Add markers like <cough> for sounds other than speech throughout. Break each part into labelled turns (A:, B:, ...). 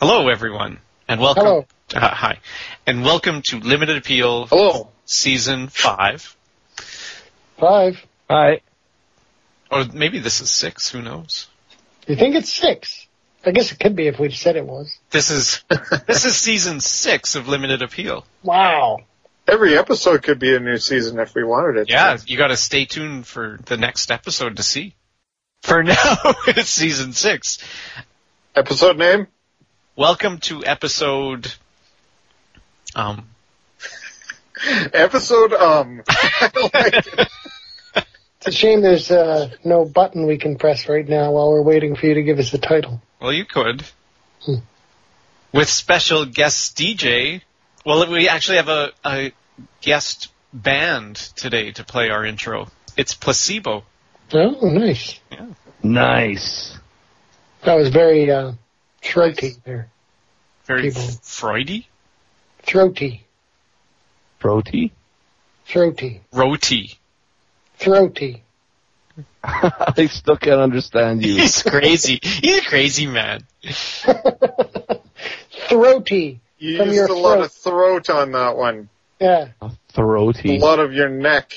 A: Hello, everyone, and welcome.
B: Hello.
A: Uh, hi, and welcome to Limited Appeal
B: Hello.
A: Season Five,
B: Five.
C: Hi.
A: or maybe this is six. Who knows?
B: You think it's six? I guess it could be if we said it was. <laughs>
A: This is this is season six of Limited Appeal.
B: Wow.
D: Every episode could be a new season if we wanted it. to.
A: Yeah, you got to stay tuned for the next episode to see. For <laughs> now, it's season six.
D: Episode name?
A: Welcome to episode. Um,
D: Episode um. I like it.
B: It's a shame there's uh, no button we can press right now while we're waiting for you to give us the title.
A: well, you could.
B: Hmm.
A: With special guest DJ. Well, we actually have a, a guest band today to play our intro. It's Placebo.
B: Oh, nice.
C: Nice.
B: That was very uh, throaty there.
A: Very
B: People.
A: Freudy?
B: Throaty.
C: Proti?
B: Throaty.
A: Roti.
B: Throaty.
C: <laughs> I still can't understand you.
A: <laughs> He's crazy. He's a crazy man.
B: throaty.
D: You
B: From
D: used
B: your
D: a lot of throat on that one.
B: Yeah.
D: A
C: Throaty.
D: lot of your neck.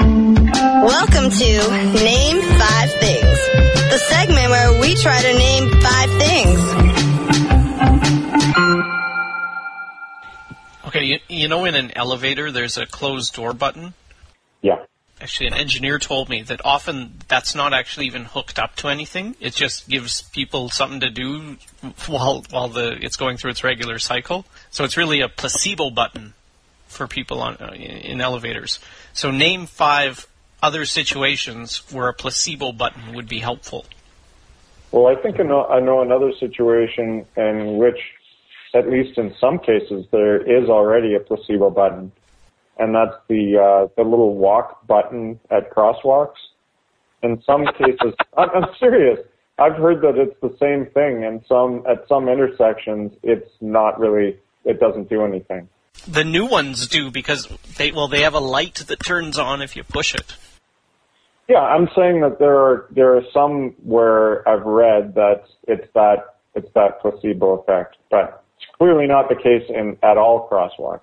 E: Welcome to Name Five Things, the segment where we try to name five things.
A: Okay, you, you know in an elevator there's a closed door button?
F: Yeah.
A: Actually, an engineer told me that often that's not actually even hooked up to anything. It just gives people something to do while while the it's going through its regular cycle. So it's really a placebo button for people on uh, in elevators. So name five other situations where a placebo button would be helpful.
F: Well, I think I know, I know another situation in which, at least in some cases, there is already a placebo button, and that's the uh, the little walk button at crosswalks. In some cases, <laughs> I'm, I'm serious. I've heard that it's the same thing, and some at some intersections, it's not really. It doesn't do anything.
A: The new ones do because they well they have a light that turns on if you push it.
F: Yeah, I'm saying that there are there are some where I've read that it's that it's that placebo effect, but it's clearly not the case in at all crosswalks.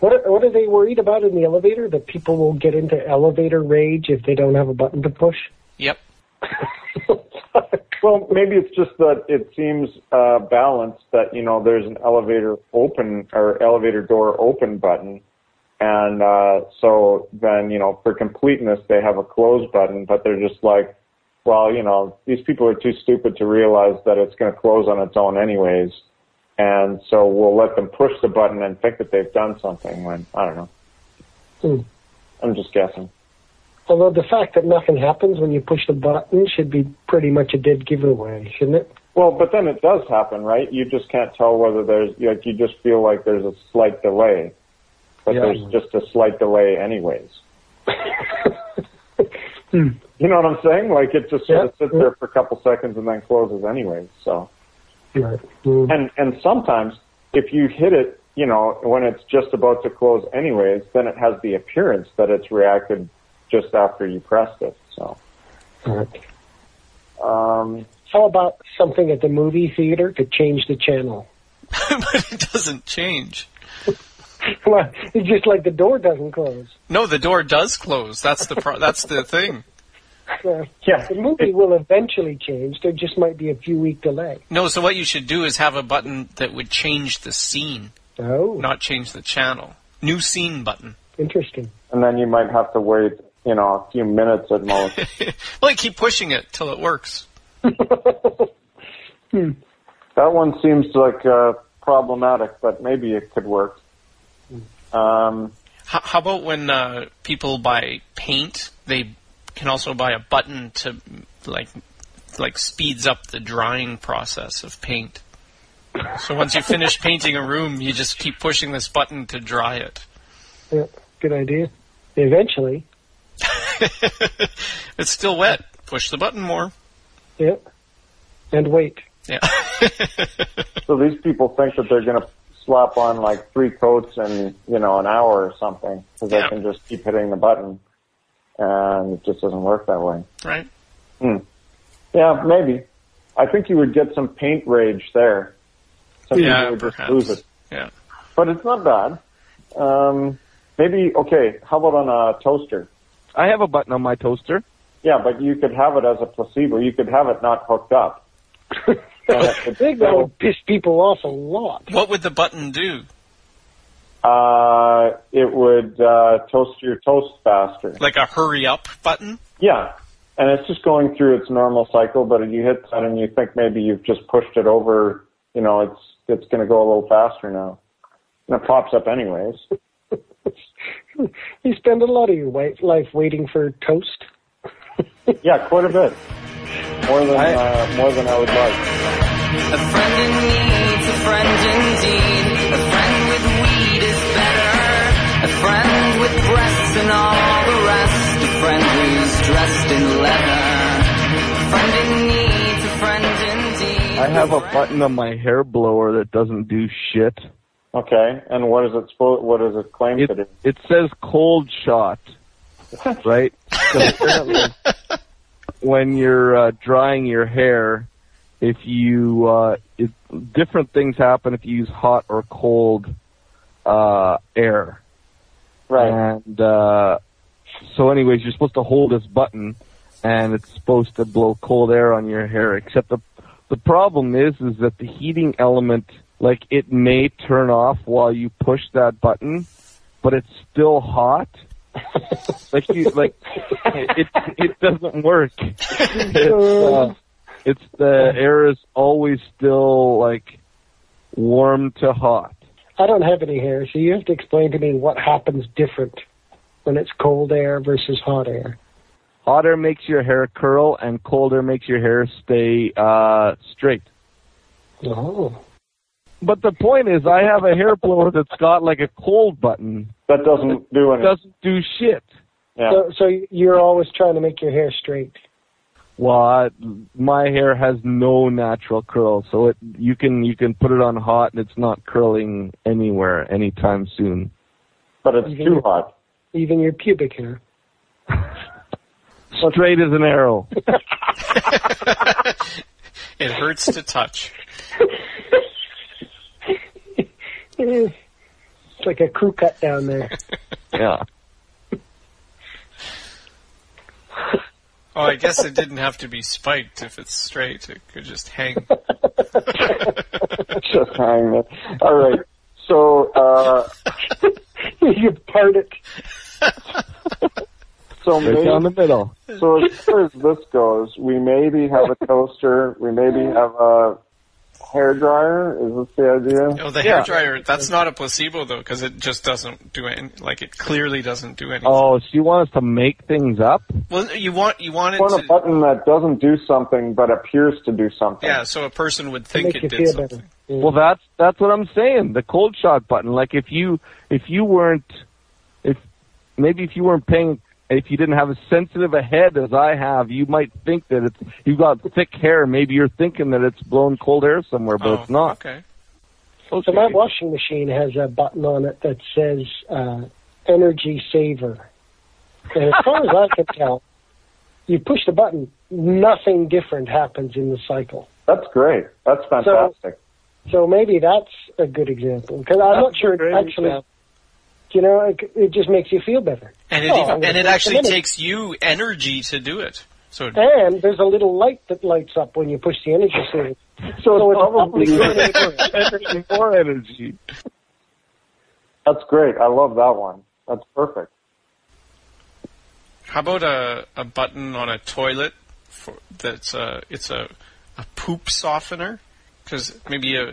G: What are, what are they worried about in the elevator? That people will get into elevator rage if they don't have a button to push?
A: Yep.
F: well, maybe it's just that it seems uh, balanced that you know there's an elevator open or elevator door open button, and uh, so then you know for completeness they have a close button, but they're just like, well, you know these people are too stupid to realize that it's going to close on its own anyways, and so we'll let them push the button and think that they've done something when I don't know.
G: Hmm.
F: I'm just guessing.
G: Although the fact that nothing happens when you push the button should be pretty much a dead giveaway, shouldn't it?
F: Well, but then it does happen, right? You just can't tell whether there's like you just feel like there's a slight delay, but
G: Yeah.
F: there's just a slight delay
G: <laughs>
F: anyways. You know what I'm saying? Like it just sort of
G: Hmm. Yeah.
F: sits there for a couple seconds and then closes anyways. So
G: Right. Hmm.
F: and and sometimes if you hit it, you know, when it's just about to close anyways, then it has the appearance that it's reacted just after you pressed it. So
G: Right.
F: um,
G: How about something at the movie theater to change the channel? <laughs>
A: <laughs> but it doesn't change.
G: Well, it's just like the door doesn't close.
A: No, the door does close. That's the pro- that's the thing.
G: Uh,
F: yeah,
G: the movie will eventually change. There just might be a few week delay.
A: No, so what you should do is have a button that would change the scene,
G: Oh,
A: not change the channel. New scene button.
G: interesting.
F: and then you might have to wait, you know, a few minutes at most.
A: Well, you keep pushing it till it works.
F: That one seems like uh, problematic, but maybe it could work. Um,
A: H- how about when uh, people buy paint, they can also buy a button to like like speeds up the drying process of paint. So once you finish painting a room, you just keep pushing this button to dry it.
G: Yeah, good idea. Eventually.
A: It's still wet. Push the button more.
G: Yeah. And wait.
A: Yeah.
F: So these people think that they're going to slap on like three coats in, you know, an hour or something because
A: Yeah.
F: they can just keep hitting the button and it just doesn't work that way. Hmm.
A: right?
F: Yeah, maybe. I think you would get some paint rage there. Some people
A: Yeah,
F: would just
A: perhaps.
F: lose it.
A: Yeah.
F: But it's not bad. Um, maybe, okay, how about on a toaster?
C: I have a button on my toaster.
F: Yeah, but you could have it as a placebo. You could have it not
A: <laughs>
F: hooked up. <laughs> And it could
G: I think that would piss people off a lot.
A: What would the button do?
F: uh, it would uh, toast your toast faster.
A: Like a hurry up button?
F: Yeah, and it's just going through its normal cycle. But you hit that, and you think maybe you've just pushed it over. You know, it's it's going to go a little faster now, and it pops up anyways.
G: You spend a lot of your wa- life waiting for toast.
F: Yeah, quite a bit. More than
C: I-
F: uh, more than I would like.
H: A friend in need's a friend indeed. A friend with weed is better. A friend with breasts and all the rest. A friend who's dressed in leather. A friend in need's a friend indeed.
C: I have a button on my hair blower that doesn't do shit.
F: Okay, and what is it supposed? What does it claim
C: It
F: to do?
C: it says cold shot, right? 'Cause apparently when you're uh, drying your hair, if you uh, it, different things happen if you use hot or cold uh, air.
F: Right.
C: And uh, so, anyways, you're supposed to hold this button, and it's supposed to blow cold air on your hair. Except the the problem is, is that the heating element, like it may turn off while you push that button, but it's still hot. like you, like it, it doesn't work. It's, uh, it's the air is always still like warm to hot.
G: I don't have any hair, so you have to explain to me what happens different when it's cold air versus hot air.
C: Hot air makes your hair curl, and cold air makes your hair stay uh, straight.
G: Oh.
C: But the point is, I have a hair blower that's got like a cold button.
F: That doesn't do
C: It
F: anything.
C: doesn't do shit.
F: Yeah.
G: So, so you're always trying to make your hair straight.
C: Well, I, my hair has no natural curl, so it you can you can put it on hot, and it's not curling anywhere anytime soon.
F: But it's too hot.
G: Even your pubic hair.
C: Straight as an arrow.
A: It hurts to touch.
G: Eh, It's like a crew cut down there.
C: Yeah.
A: Oh, I guess it didn't have to be spiked if it's straight. It could just hang. <laughs>
F: Just hang there. All right. So. Uh, <laughs>
G: you part it.
F: so
C: Right
F: maybe
C: down the middle.
F: So as far as this goes, we maybe have a toaster. We maybe have a hair dryer. Is this the idea?
A: Oh, the hair hairdryer, that's not a placebo though, because it just doesn't do any, like it clearly doesn't do anything.
C: Oh, so you want us to make things up?
A: Well, you want, you want it
F: I want a
A: to,
F: button that doesn't do something but appears to do something.
A: yeah, so a person would think
G: Make
A: it
G: you
A: did
G: feel
A: something.
G: better. Yeah.
C: Well, that's that's what I'm saying. The cold shot button. Like if you if you weren't if maybe if you weren't paying if you didn't have as sensitive a head as I have, you might think that it's you've got thick hair. Maybe you're thinking that it's blowing cold air somewhere, but
A: oh,
C: it's not.
A: Okay.
G: So my washing machine has a button on it that says uh, energy saver. And as far as I can tell, you push the button, nothing different happens in the cycle.
F: That's great. That's fantastic.
G: So maybe that's a good example because I'm not sure it actually. You know, it, it just makes you feel better.
A: And it,
G: Oh, I'm
A: even,
G: gonna
A: and it
G: take a
A: actually
G: minute.
A: takes you energy to do it. So it
G: And there's a little light that lights up when you push the energy saver.
C: So,
G: So it's probably
C: probably
G: good.
C: <laughs> energy, more energy.
F: That's great. I love that one. That's perfect.
A: How about a, a button on a toilet for, that's a, it's a, a poop softener? Because maybe you,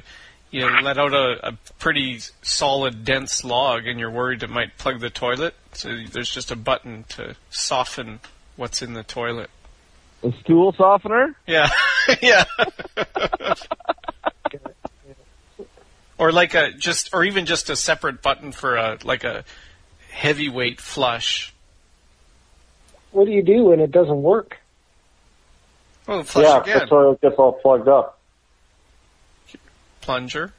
A: you let out a, a pretty solid, dense log and you're worried it might plug the toilet. So there's just a button to soften what's in the toilet. <laughs>
C: A stool softener.
A: Yeah. yeah. or like a just or even just a separate button for a like a heavyweight flush.
G: What do you do when it doesn't work?
A: Well, Oh, flush
F: Yeah,
A: again.
F: the toilet gets all plugged up.
A: Plunger.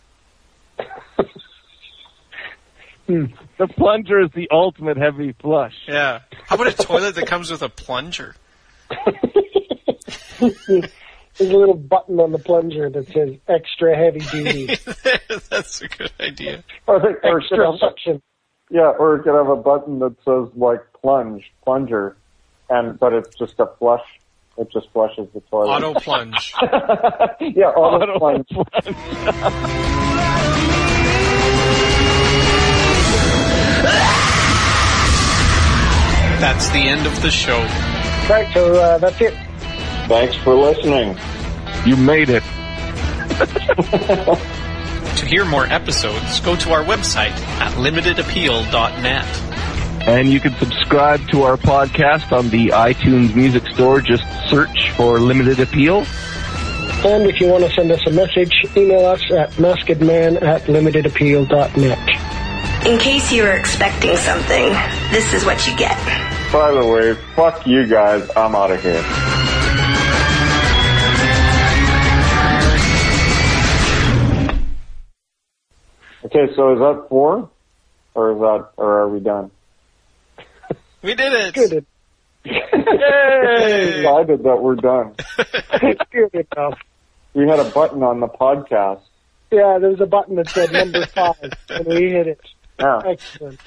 C: Hmm. The plunger is the ultimate heavy flush.
A: Yeah. How about a toilet that comes with a plunger?
G: There's a little button on the plunger that says extra heavy <laughs> duty
A: That's a good idea.
F: Or, or it could
G: extra
F: have-
G: suction.
F: yeah, or it could have a button that says like plunge, plunger, and but it's just a flush. It just flushes the toilet.
A: Auto plunge.
F: yeah, auto, plunge.
A: That's the end of the show.
G: Right, so uh, that's it.
F: Thanks for listening.
C: You made it.
A: To hear more episodes, go to our website at limitedappeal.net.
C: And you can subscribe to our podcast on the iTunes Music Store. Just search for Limited Appeal.
G: And if you want to send us a message, email us at maskedman at <laughs> limitedappeal.net.
E: In case you were expecting something, this is what you get.
F: By the way, fuck you guys. I'm out of here. Okay, so is that four, or is that, or are we done?
A: We did it.
G: Good,
F: Yay! Decided that we're done.
G: good enough.
F: We had a button on the podcast.
G: Yeah, there was a button that said number five, and we hit it.
F: Yeah.
G: Excellent.